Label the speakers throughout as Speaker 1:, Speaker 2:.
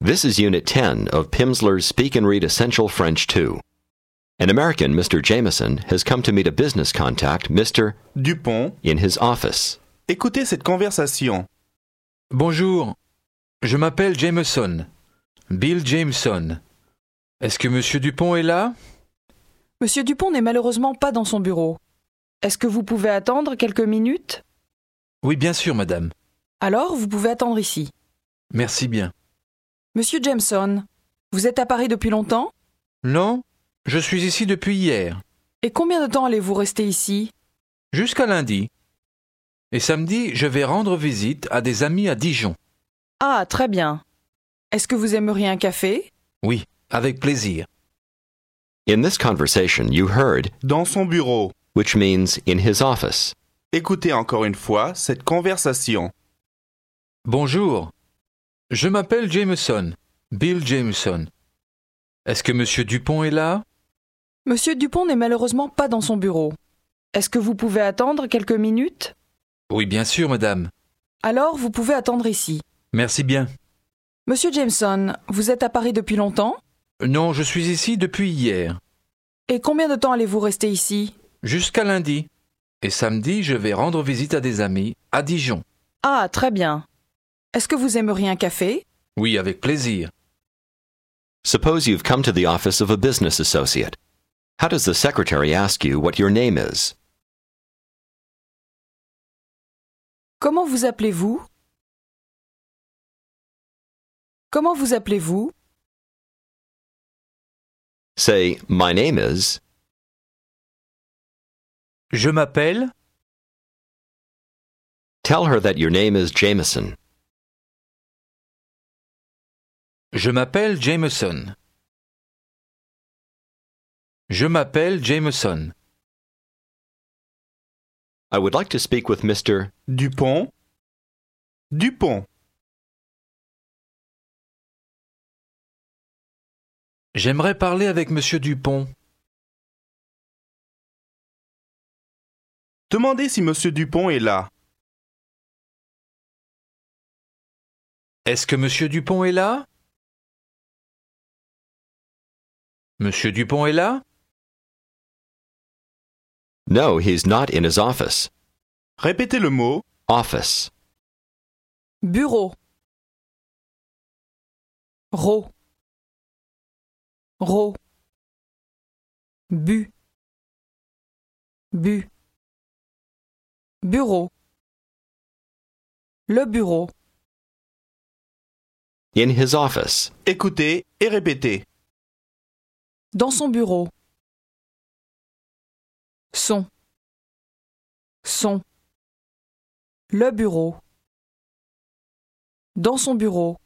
Speaker 1: This is Unit 10 of Pimsleur's Speak and Read Essential French 2. An American, Mr. Jameson, has come to meet a business contact, Mr.
Speaker 2: Dupont,
Speaker 1: in his office.
Speaker 2: écoutez cette conversation.
Speaker 3: Bonjour, je m'appelle Jameson. Bill Jameson. Est-ce que Monsieur Dupont est là
Speaker 4: Monsieur Dupont n'est malheureusement pas dans son bureau. Est-ce que vous pouvez attendre quelques minutes
Speaker 3: Oui, bien sûr, madame.
Speaker 4: Alors, vous pouvez attendre ici.
Speaker 3: Merci bien.
Speaker 4: Monsieur Jameson, vous êtes à Paris depuis longtemps
Speaker 3: Non, je suis ici depuis hier,
Speaker 4: Et combien de temps allez-vous rester ici
Speaker 3: jusqu'à lundi. Et samedi, je vais rendre visite à des amis à Dijon.
Speaker 4: Ah, très bien. Est-ce que vous aimeriez un café
Speaker 3: Oui, avec plaisir.
Speaker 1: In this conversation, you heard,
Speaker 2: Dans son bureau,
Speaker 1: which means in his office.
Speaker 2: écoutez encore une fois cette conversation.
Speaker 3: Bonjour, je m'appelle Jameson. Bill Jameson. Est-ce que Monsieur Dupont est là
Speaker 4: Monsieur Dupont n'est malheureusement pas dans son bureau. Est-ce que vous pouvez attendre quelques minutes
Speaker 3: Oui, bien sûr, madame.
Speaker 4: Alors, vous pouvez attendre ici.
Speaker 3: Merci bien.
Speaker 4: Monsieur Jameson, vous êtes à Paris depuis longtemps
Speaker 3: Non, je suis ici depuis hier,
Speaker 4: Et combien de temps allez-vous rester ici
Speaker 3: jusqu'à lundi. Et samedi, je vais rendre visite à des amis à Dijon.
Speaker 4: Ah, très bien. Est-ce que vous aimeriez un café
Speaker 3: Oui, avec plaisir.
Speaker 1: Suppose you've come to the office of a business associate. How does the secretary ask you what your name is?
Speaker 4: Comment vous appelez-vous Comment vous appelez-vous
Speaker 1: Say, my name is,
Speaker 3: Je m'appelle
Speaker 1: tell her that your name is Jameson.
Speaker 3: Je m'appelle Jameson. Je m'appelle Jameson.
Speaker 1: I would like to speak with Mr.
Speaker 2: Dupont, Dupont,
Speaker 3: J'aimerais parler avec monsieur Dupont.
Speaker 2: demandez si Monsieur Dupont est là.
Speaker 3: Est-ce que monsieur Dupont est là Monsieur Dupont est là
Speaker 1: No, he's not in his office.
Speaker 2: Répétez le mot.
Speaker 1: Office.
Speaker 4: Bureau. Ro. Ro. Bu. Bu. Bureau. Le bureau.
Speaker 1: In his office.
Speaker 2: Écoutez et répétez.
Speaker 4: Dans son bureau. Son. Son. Le bureau. Dans son bureau.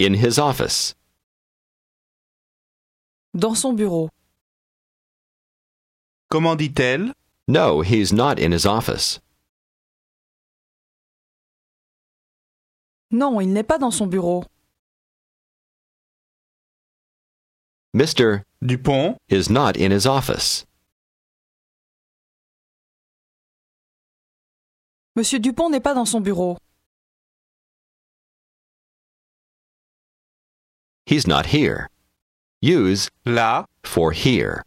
Speaker 1: In his office.
Speaker 4: Dans son bureau.
Speaker 2: Comment dit-elle
Speaker 1: No, he's not in his office.
Speaker 4: Non, il n'est pas dans son bureau.
Speaker 1: Mr.
Speaker 2: Dupont,
Speaker 1: is not in his office.
Speaker 4: Monsieur Dupont n'est pas dans son bureau.
Speaker 1: He's not here. Use
Speaker 2: là,
Speaker 1: for here.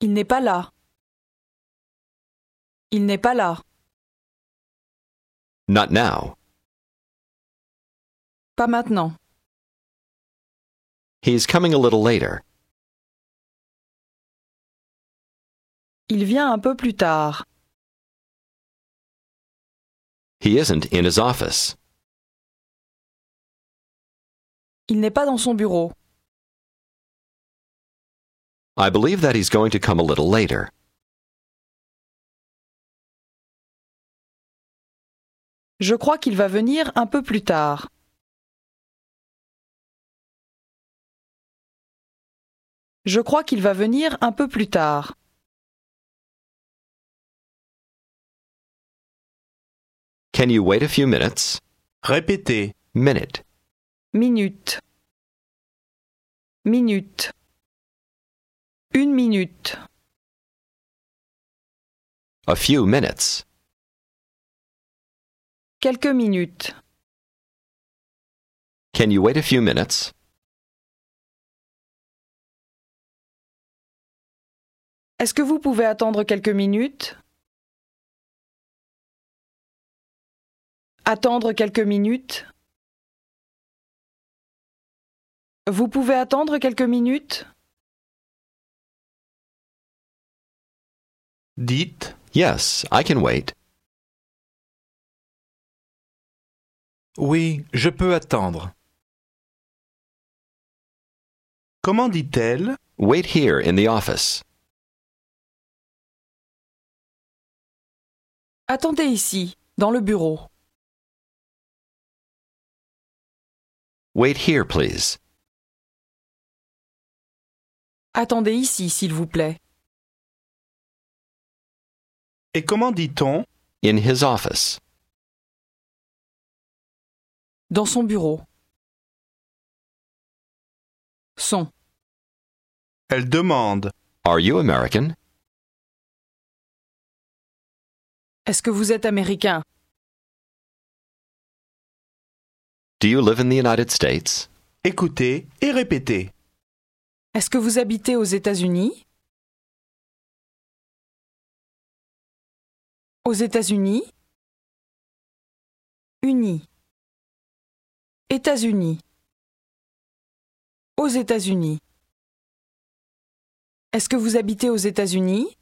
Speaker 4: Il n'est pas là. Il n'est pas là.
Speaker 1: Not now.
Speaker 4: Pas maintenant.
Speaker 1: He's coming a little later.
Speaker 4: Il vient un peu plus tard.
Speaker 1: He isn't in his office.
Speaker 4: Il n'est pas dans son bureau.
Speaker 1: I believe that he's going to come a little later.
Speaker 4: Je crois qu'il va venir un peu plus tard. Je crois qu'il va venir un peu plus tard.
Speaker 1: Can you wait a few minutes?
Speaker 2: répétez.
Speaker 1: Minute.
Speaker 4: Minute. Minute. Une minute.
Speaker 1: A few minutes.
Speaker 4: Quelques minutes.
Speaker 1: Can you wait a few minutes?
Speaker 4: Est-ce que vous pouvez attendre quelques minutes Attendre quelques minutes Vous pouvez attendre quelques minutes
Speaker 2: Dites
Speaker 1: Yes, I can wait.
Speaker 3: Oui, je peux attendre.
Speaker 2: Comment dit-elle
Speaker 1: Wait here in the office.
Speaker 4: Attendez ici, dans le bureau.
Speaker 1: Wait here, please.
Speaker 4: Attendez ici, s'il vous plaît.
Speaker 2: Et comment dit-on
Speaker 1: In his office.
Speaker 4: Dans son bureau. Son.
Speaker 2: Elle demande.
Speaker 1: Are you American?
Speaker 4: Est-ce que vous êtes américain
Speaker 1: Do you live in the United States?
Speaker 2: Écoutez et répétez.
Speaker 4: Est-ce que vous habitez aux États-Unis Aux États-Unis Unis. États-Unis. Aux États-Unis. Est-ce que vous habitez aux États-Unis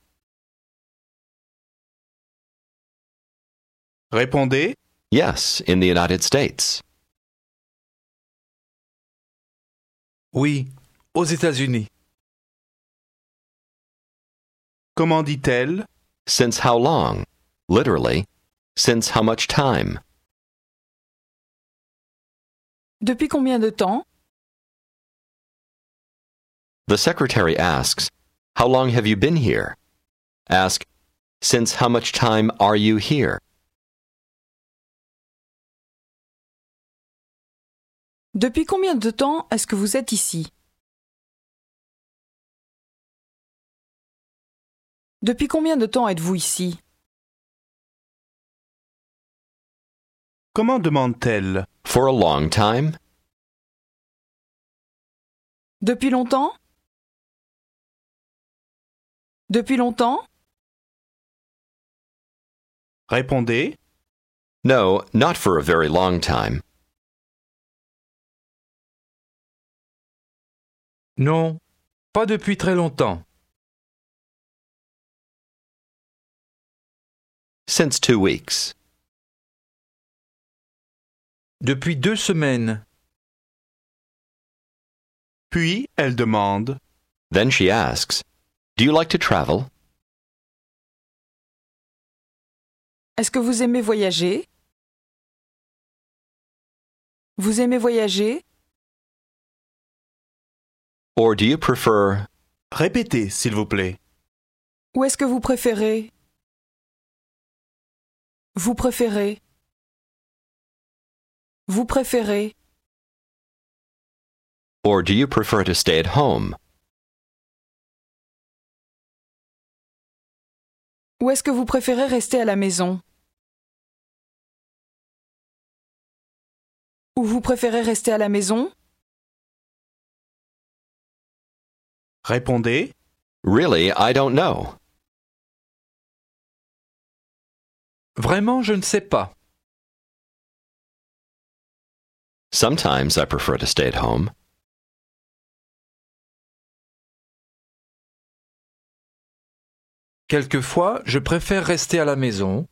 Speaker 2: Répondez.
Speaker 1: Yes, in the United States.
Speaker 3: Oui, aux États-Unis.
Speaker 2: Comment dit-elle
Speaker 1: Since how long? Literally, since how much time?
Speaker 4: Depuis combien de temps
Speaker 1: The secretary asks, How long have you been here? Ask, Since how much time are you here?
Speaker 4: Depuis combien de temps est-ce que vous êtes ici Depuis combien de temps êtes-vous ici
Speaker 2: Comment demande-t-elle
Speaker 1: For a long time?
Speaker 4: Depuis longtemps Depuis longtemps
Speaker 2: Répondez.
Speaker 1: No, not for a very long time.
Speaker 3: Non, pas depuis très longtemps.
Speaker 1: Since two weeks.
Speaker 3: Depuis deux semaines.
Speaker 2: Puis elle demande.
Speaker 1: Then she asks, Do you like to travel?
Speaker 4: Est-ce que vous aimez voyager Vous aimez voyager
Speaker 1: Or do you prefer?
Speaker 2: Répétez, s'il vous plaît.
Speaker 4: Ou est-ce que vous préférez Vous préférez Vous préférez
Speaker 1: Or do you prefer to stay at home?
Speaker 4: Ou est-ce que vous préférez rester à la maison Ou vous préférez rester à la maison
Speaker 2: Répondez.
Speaker 1: Really, I don't know.
Speaker 3: Vraiment, je ne sais pas.
Speaker 1: Sometimes I prefer to stay at home.
Speaker 3: Quelquefois, je préfère rester à la maison.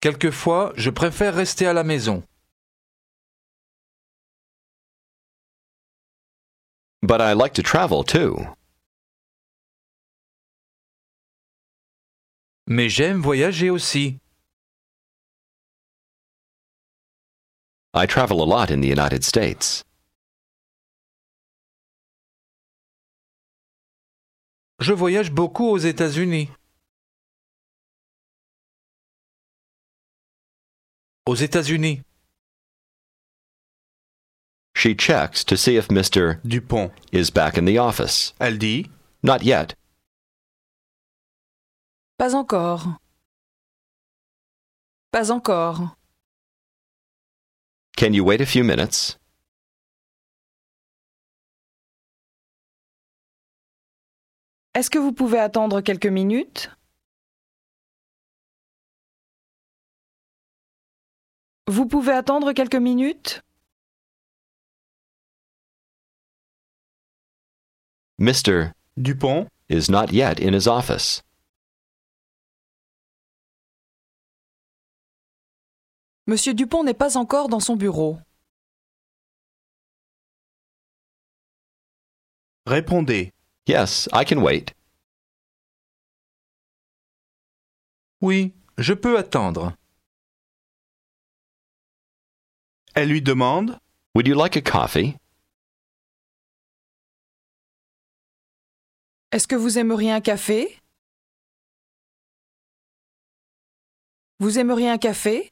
Speaker 3: Quelquefois, je préfère rester à la maison.
Speaker 1: But I like to travel too.
Speaker 3: Mais j'aime voyager aussi.
Speaker 1: I travel a lot in the United States.
Speaker 3: Je voyage beaucoup aux États-Unis. Aux États-Unis.
Speaker 1: She checks to see if Mr.
Speaker 2: Dupont.
Speaker 1: is back in the office.
Speaker 2: Elle dit.
Speaker 1: Not yet.
Speaker 4: Pas encore. Pas encore.
Speaker 1: Can you wait a few minutes?
Speaker 4: Est-ce que vous pouvez attendre quelques minutes Vous pouvez attendre quelques minutes
Speaker 1: Mr.
Speaker 2: Dupont,
Speaker 1: is not yet in his office.
Speaker 4: Monsieur Dupont n'est pas encore dans son bureau.
Speaker 2: répondez.
Speaker 1: Yes, I can wait.
Speaker 3: Oui, je peux attendre.
Speaker 2: Elle lui demande.
Speaker 1: Would you like a coffee?
Speaker 4: Est-ce que vous aimeriez un café Vous aimeriez un café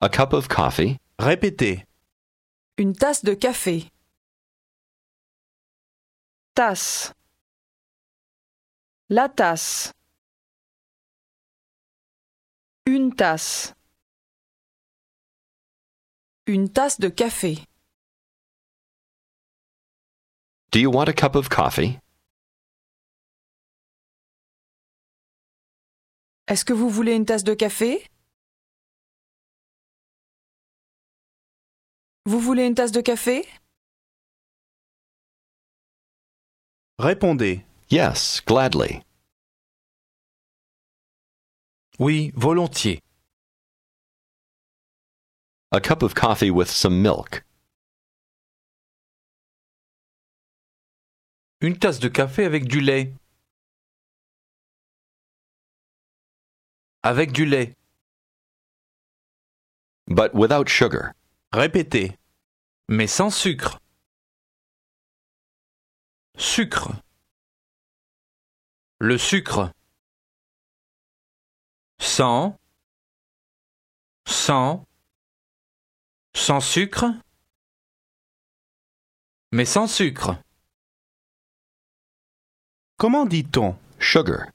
Speaker 1: A cup of coffee?
Speaker 2: Répétez.
Speaker 4: Une tasse de café. Tasse. La tasse. Une tasse. Une tasse de café.
Speaker 1: Do you want a cup of coffee?
Speaker 4: Est-ce que vous voulez une tasse de café Vous voulez une tasse de café
Speaker 2: Répondez.
Speaker 1: Yes, gladly.
Speaker 3: Oui, volontiers.
Speaker 1: A cup of coffee with some milk.
Speaker 3: Une tasse de café avec du lait. Avec du lait.
Speaker 1: But without sugar.
Speaker 2: Répétez.
Speaker 3: Mais sans sucre. Sucre. Le sucre. Sans. Sans. Sans sucre. Mais sans sucre.
Speaker 2: Comment dit-on
Speaker 1: Sugar.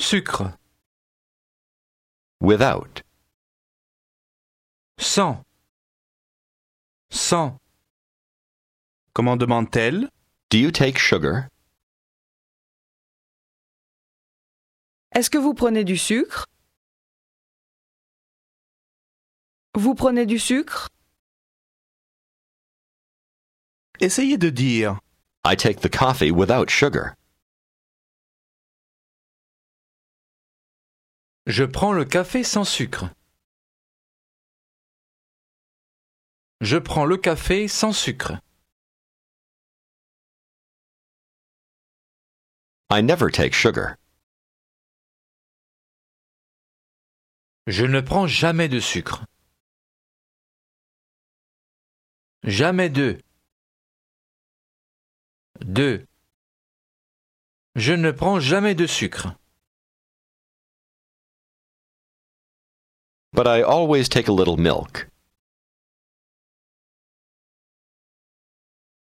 Speaker 3: Sucre.
Speaker 1: Without.
Speaker 3: Sans. Sans.
Speaker 2: Comment demande-t-elle
Speaker 1: Do you take sugar?
Speaker 4: Est-ce que vous prenez du sucre Vous prenez du sucre
Speaker 2: Essayez de dire.
Speaker 1: I take the coffee without sugar.
Speaker 3: Je prends le café sans sucre. Je prends le café sans sucre.
Speaker 1: I never take sugar.
Speaker 3: Je ne prends jamais de sucre. Jamais de. De. Je ne prends jamais de sucre.
Speaker 1: But I always take a little milk.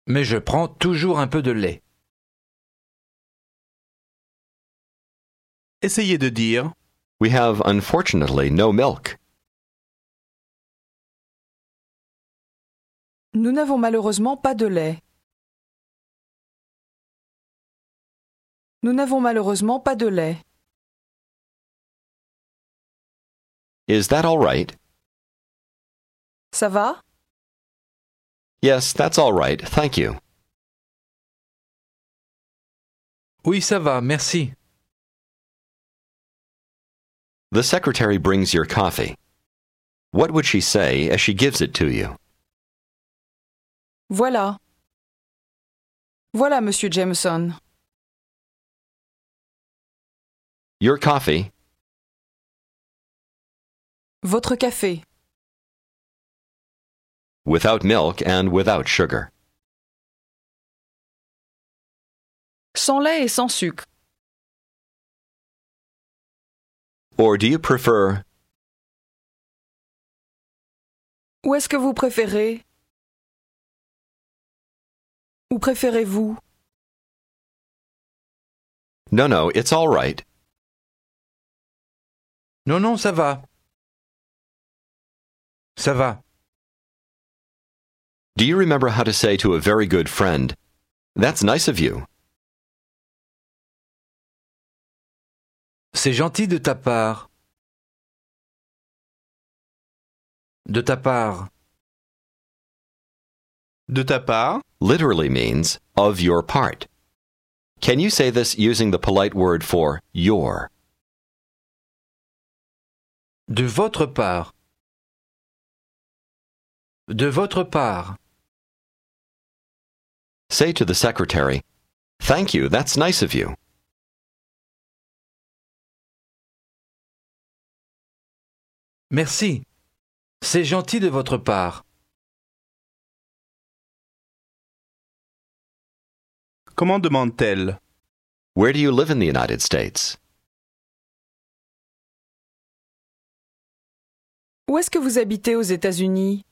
Speaker 3: Mais je prends toujours un peu de lait.
Speaker 2: Essayez de dire.
Speaker 1: We have, unfortunately, no milk.
Speaker 4: Nous n'avons malheureusement pas de lait. Nous n'avons malheureusement pas de lait.
Speaker 1: Is that all right?
Speaker 4: Ça va
Speaker 1: Yes, that's all right. Thank you.
Speaker 3: Oui, ça va, merci.
Speaker 1: The secretary brings your coffee. What would she say as she gives it to you?
Speaker 4: Voilà. Voilà, monsieur Jameson.
Speaker 1: Your coffee.
Speaker 4: Votre café.
Speaker 1: Without milk and without sugar.
Speaker 4: Sans lait et sans sucre.
Speaker 1: Or do you prefer
Speaker 4: Où est-ce que vous préférez Où préférez-vous
Speaker 1: No, no, it's all right.
Speaker 3: Non, non, ça va. Ça va.
Speaker 1: Do you remember how to say to a very good friend, That's nice of you?
Speaker 3: C'est gentil de ta part. De ta part.
Speaker 2: De ta part,
Speaker 1: literally means of your part. Can you say this using the polite word for your?
Speaker 3: De votre part. De votre part.
Speaker 1: Say to the secretary, Thank you, that's nice of you.
Speaker 3: Merci. C'est gentil de votre part.
Speaker 2: comment demande-t-elle
Speaker 1: Where do you live in the United States?
Speaker 4: Où est-ce que vous habitez aux États-Unis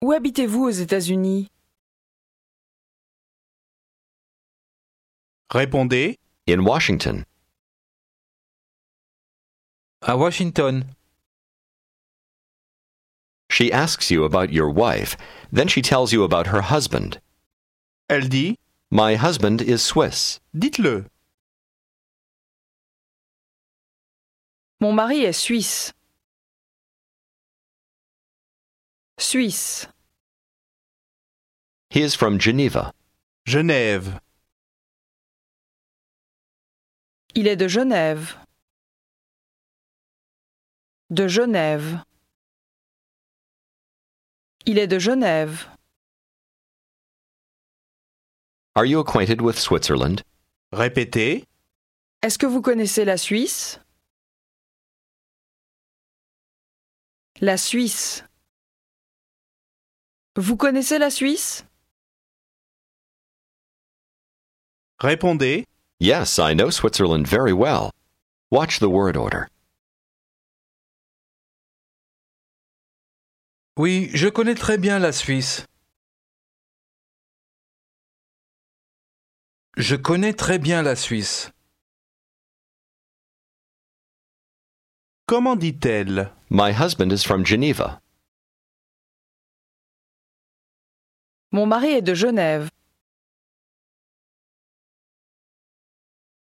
Speaker 4: Où habitez-vous aux États-Unis
Speaker 2: Répondez,
Speaker 1: In Washington.
Speaker 3: À Washington.
Speaker 1: She asks you about your wife, then she tells you about her husband.
Speaker 2: elle dit,
Speaker 1: My husband is Swiss.
Speaker 2: dites-le.
Speaker 4: Mon mari est suisse. Suisse.
Speaker 1: He is from Geneva.
Speaker 2: Genève,
Speaker 4: Il est de Genève. De Genève. Il est de Genève.
Speaker 1: Are you acquainted with Switzerland?
Speaker 2: répétez,
Speaker 4: Est-ce que vous connaissez la Suisse La Suisse. Vous connaissez la Suisse
Speaker 2: répondez,
Speaker 1: Yes, I know Switzerland very well. Watch the word order.
Speaker 3: Oui, je connais très bien la Suisse. Je connais très bien la Suisse.
Speaker 2: comment dit-elle
Speaker 1: My husband is from Geneva.
Speaker 4: Mon mari est de Genève.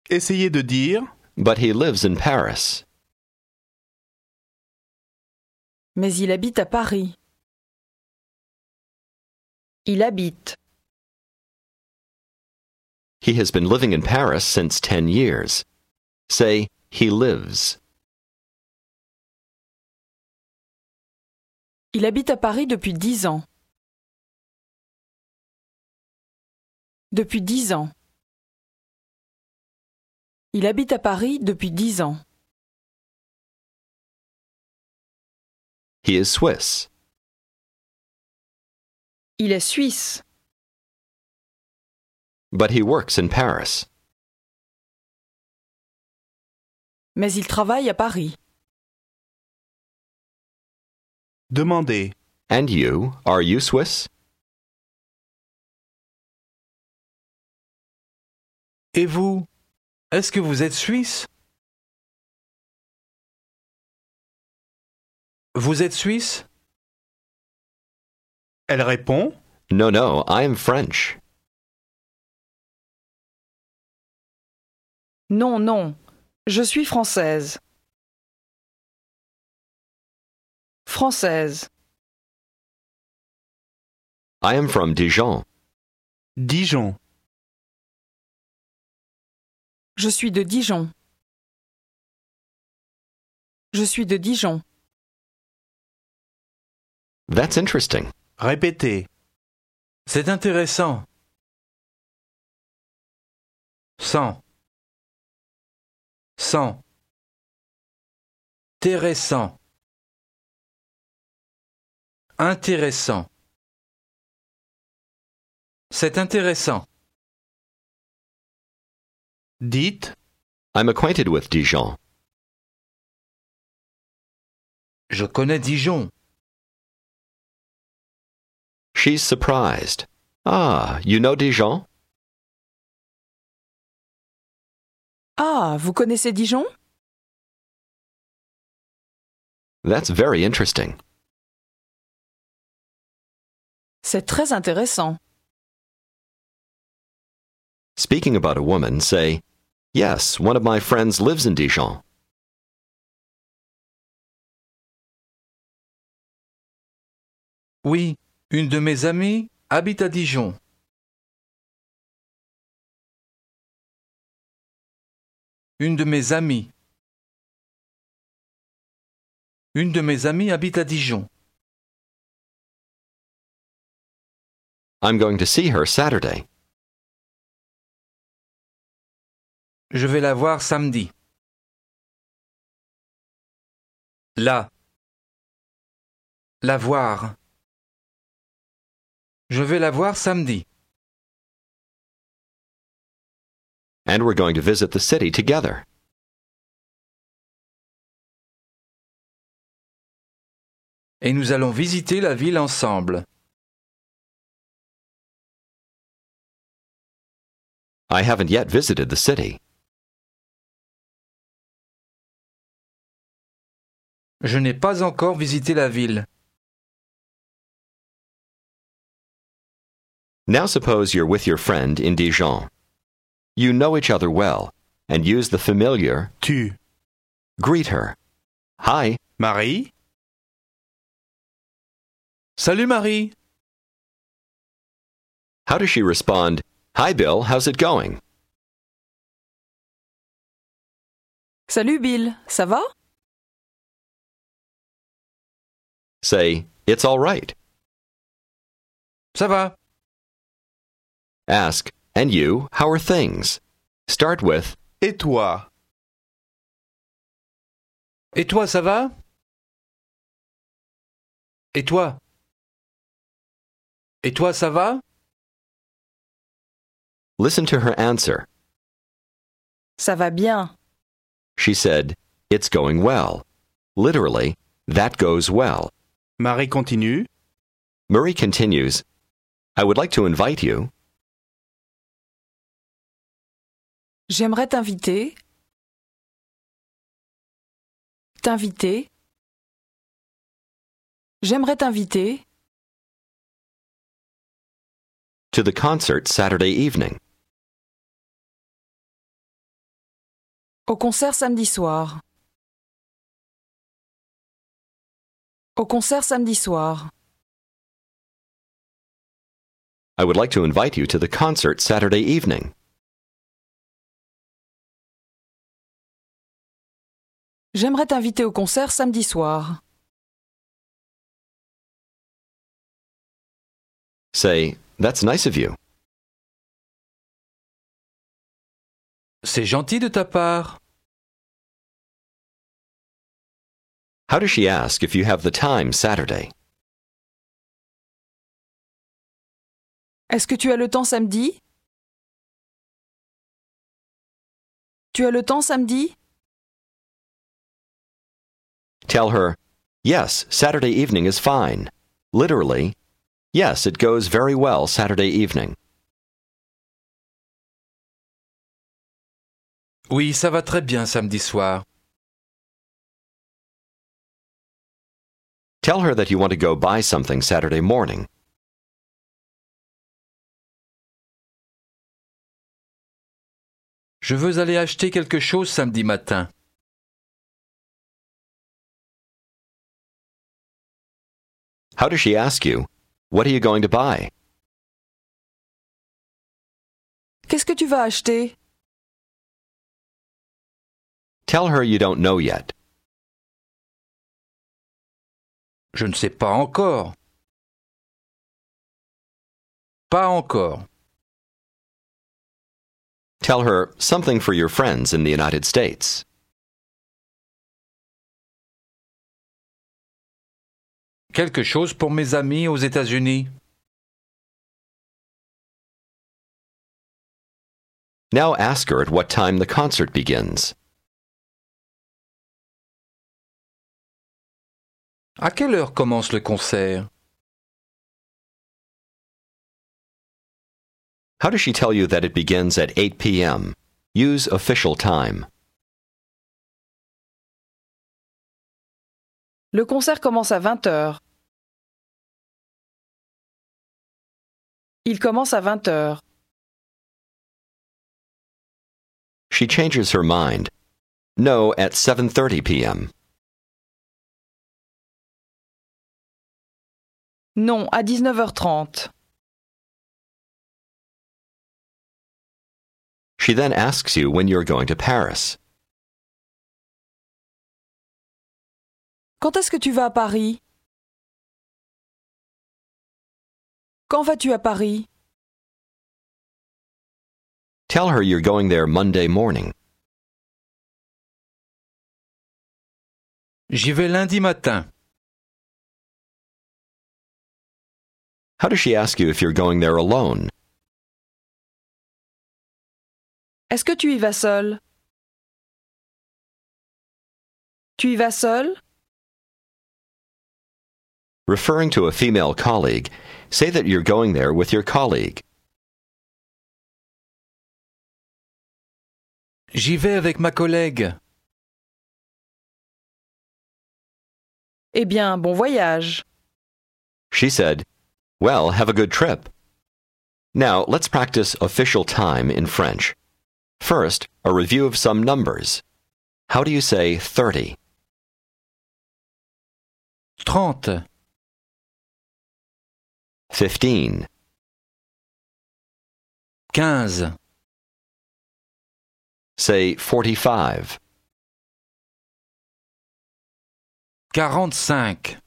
Speaker 2: Essayez de dire,
Speaker 1: But he lives in Paris.
Speaker 4: Mais il habite à Paris. Il habite.
Speaker 1: He has been living in Paris since 10 years. Say, he lives.
Speaker 4: Il habite à Paris depuis dix ans. Depuis dix ans. Il habite à Paris depuis dix ans.
Speaker 1: He is Swiss.
Speaker 4: Il est suisse.
Speaker 1: But he works in Paris.
Speaker 4: mais il travaille à Paris.
Speaker 2: demandez,
Speaker 1: And you, are you Swiss?
Speaker 3: Et vous Est-ce que vous êtes suisse Vous êtes suisse
Speaker 2: elle répond,
Speaker 1: No, no, I am French.
Speaker 4: Non, non, je suis française. Française.
Speaker 1: I am from Dijon.
Speaker 2: Dijon,
Speaker 4: Je suis de Dijon. Je suis de Dijon.
Speaker 1: That's interesting.
Speaker 2: répétez,
Speaker 3: C'est intéressant. Sans. Sans. Intéressant. Intéressant. C'est intéressant.
Speaker 2: dites,
Speaker 1: I'm acquainted with Dijon.
Speaker 3: Je connais Dijon.
Speaker 1: She's surprised. Ah, you know Dijon?
Speaker 4: Ah, vous connaissez Dijon
Speaker 1: That's very interesting.
Speaker 4: C'est très intéressant.
Speaker 1: Speaking about a woman, say, Yes, one of my friends lives in Dijon.
Speaker 3: Oui, une de mes amies habite à Dijon. Une de mes amies. Une de mes amies habite à Dijon.
Speaker 1: I'm going to see her Saturday.
Speaker 3: Je vais la voir samedi. La. La voir. Je vais la voir samedi.
Speaker 1: And we're going to visit the city together.
Speaker 3: Et nous allons visiter la ville ensemble.
Speaker 1: I haven't yet visited the city.
Speaker 3: Je n'ai pas encore visité la ville.
Speaker 1: Now suppose you're with your friend in Dijon. You know each other well and use the familiar
Speaker 2: tu,
Speaker 1: greet her. Hi,
Speaker 2: Marie,
Speaker 3: Salut Marie.
Speaker 1: how does she respond? Hi Bill, how's it going?
Speaker 4: Salut Bill, ça va
Speaker 1: Say, It's all right.
Speaker 3: Ça va.
Speaker 1: Ask, And you, how are things? Start with,
Speaker 2: et toi,
Speaker 3: Et toi, ça va Et toi Et toi, ça va
Speaker 1: Listen to her answer.
Speaker 4: Ça va bien.
Speaker 1: She said, It's going well. Literally, that goes well.
Speaker 2: Marie continue,
Speaker 1: Murray continues, I would like to invite you.
Speaker 4: J'aimerais t'inviter. T'inviter. J'aimerais t'inviter
Speaker 1: to the concert Saturday evening.
Speaker 4: au concert samedi soir. Au concert samedi soir.
Speaker 1: I would like to invite you to the concert Saturday evening.
Speaker 4: J'aimerais t'inviter au concert samedi soir.
Speaker 1: Say, That's nice of you.
Speaker 3: C'est gentil de ta part.
Speaker 1: How does she ask if you have the time Saturday?
Speaker 4: Est-ce que tu as le temps samedi Tu as le temps samedi
Speaker 1: Tell her, Yes, Saturday evening is fine. Literally, Yes, it goes very well Saturday evening.
Speaker 3: Oui, ça va très bien samedi soir.
Speaker 1: Tell her that you want to go buy something Saturday morning.
Speaker 3: Je veux aller acheter quelque chose samedi matin.
Speaker 1: How does she ask you, What are you going to buy?
Speaker 4: Qu'est-ce que tu vas acheter
Speaker 1: Tell her you don't know yet.
Speaker 3: Je ne sais pas encore. Pas encore.
Speaker 1: Tell her something for your friends in the United States.
Speaker 3: Quelque chose pour mes amis aux États-Unis.
Speaker 1: Now ask her at what time the concert begins.
Speaker 3: À quelle heure commence le concert
Speaker 1: How does she tell you that it begins at 8 p.m.? Use official time.
Speaker 4: Le concert commence à 20h. Il commence à 20h.
Speaker 1: She changes her mind. No at 7:30 p.m.
Speaker 4: Non, à 19h30.
Speaker 1: She then asks you when you're going to Paris.
Speaker 4: Quand est-ce que tu vas à Paris Quand vas-tu à Paris
Speaker 1: Tell her you're going there Monday morning.
Speaker 3: J'y vais lundi matin.
Speaker 1: How does she ask you if you're going there alone?
Speaker 4: Est-ce que tu y vas seul Tu y vas seul
Speaker 1: Referring to a female colleague, say that you're going there with your colleague.
Speaker 3: J'y vais avec ma collègue.
Speaker 4: Eh bien, bon voyage.
Speaker 1: She said, Well, have a good trip. Now, let's practice official time in French. First, a review of some numbers. How do you say 30?
Speaker 3: 30,
Speaker 1: 15,
Speaker 3: 15,
Speaker 1: say 45,
Speaker 3: 45,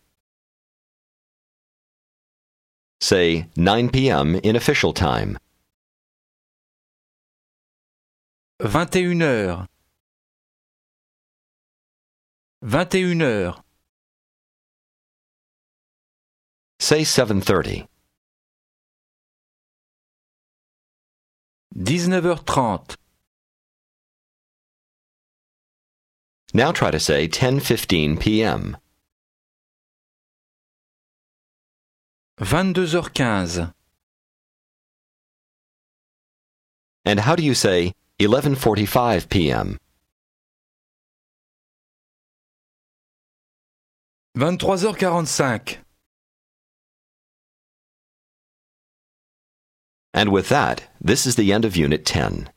Speaker 1: say 9 p.m. in official time,
Speaker 3: 21 heures. 21 heures,
Speaker 1: say 7:30,
Speaker 3: 19h30,
Speaker 1: Now try to say 10:15 p.m.,
Speaker 3: 22h15,
Speaker 1: and how do you say 11:45 p.m.?
Speaker 3: 23h45.
Speaker 1: And with that, this is the end of unit 10.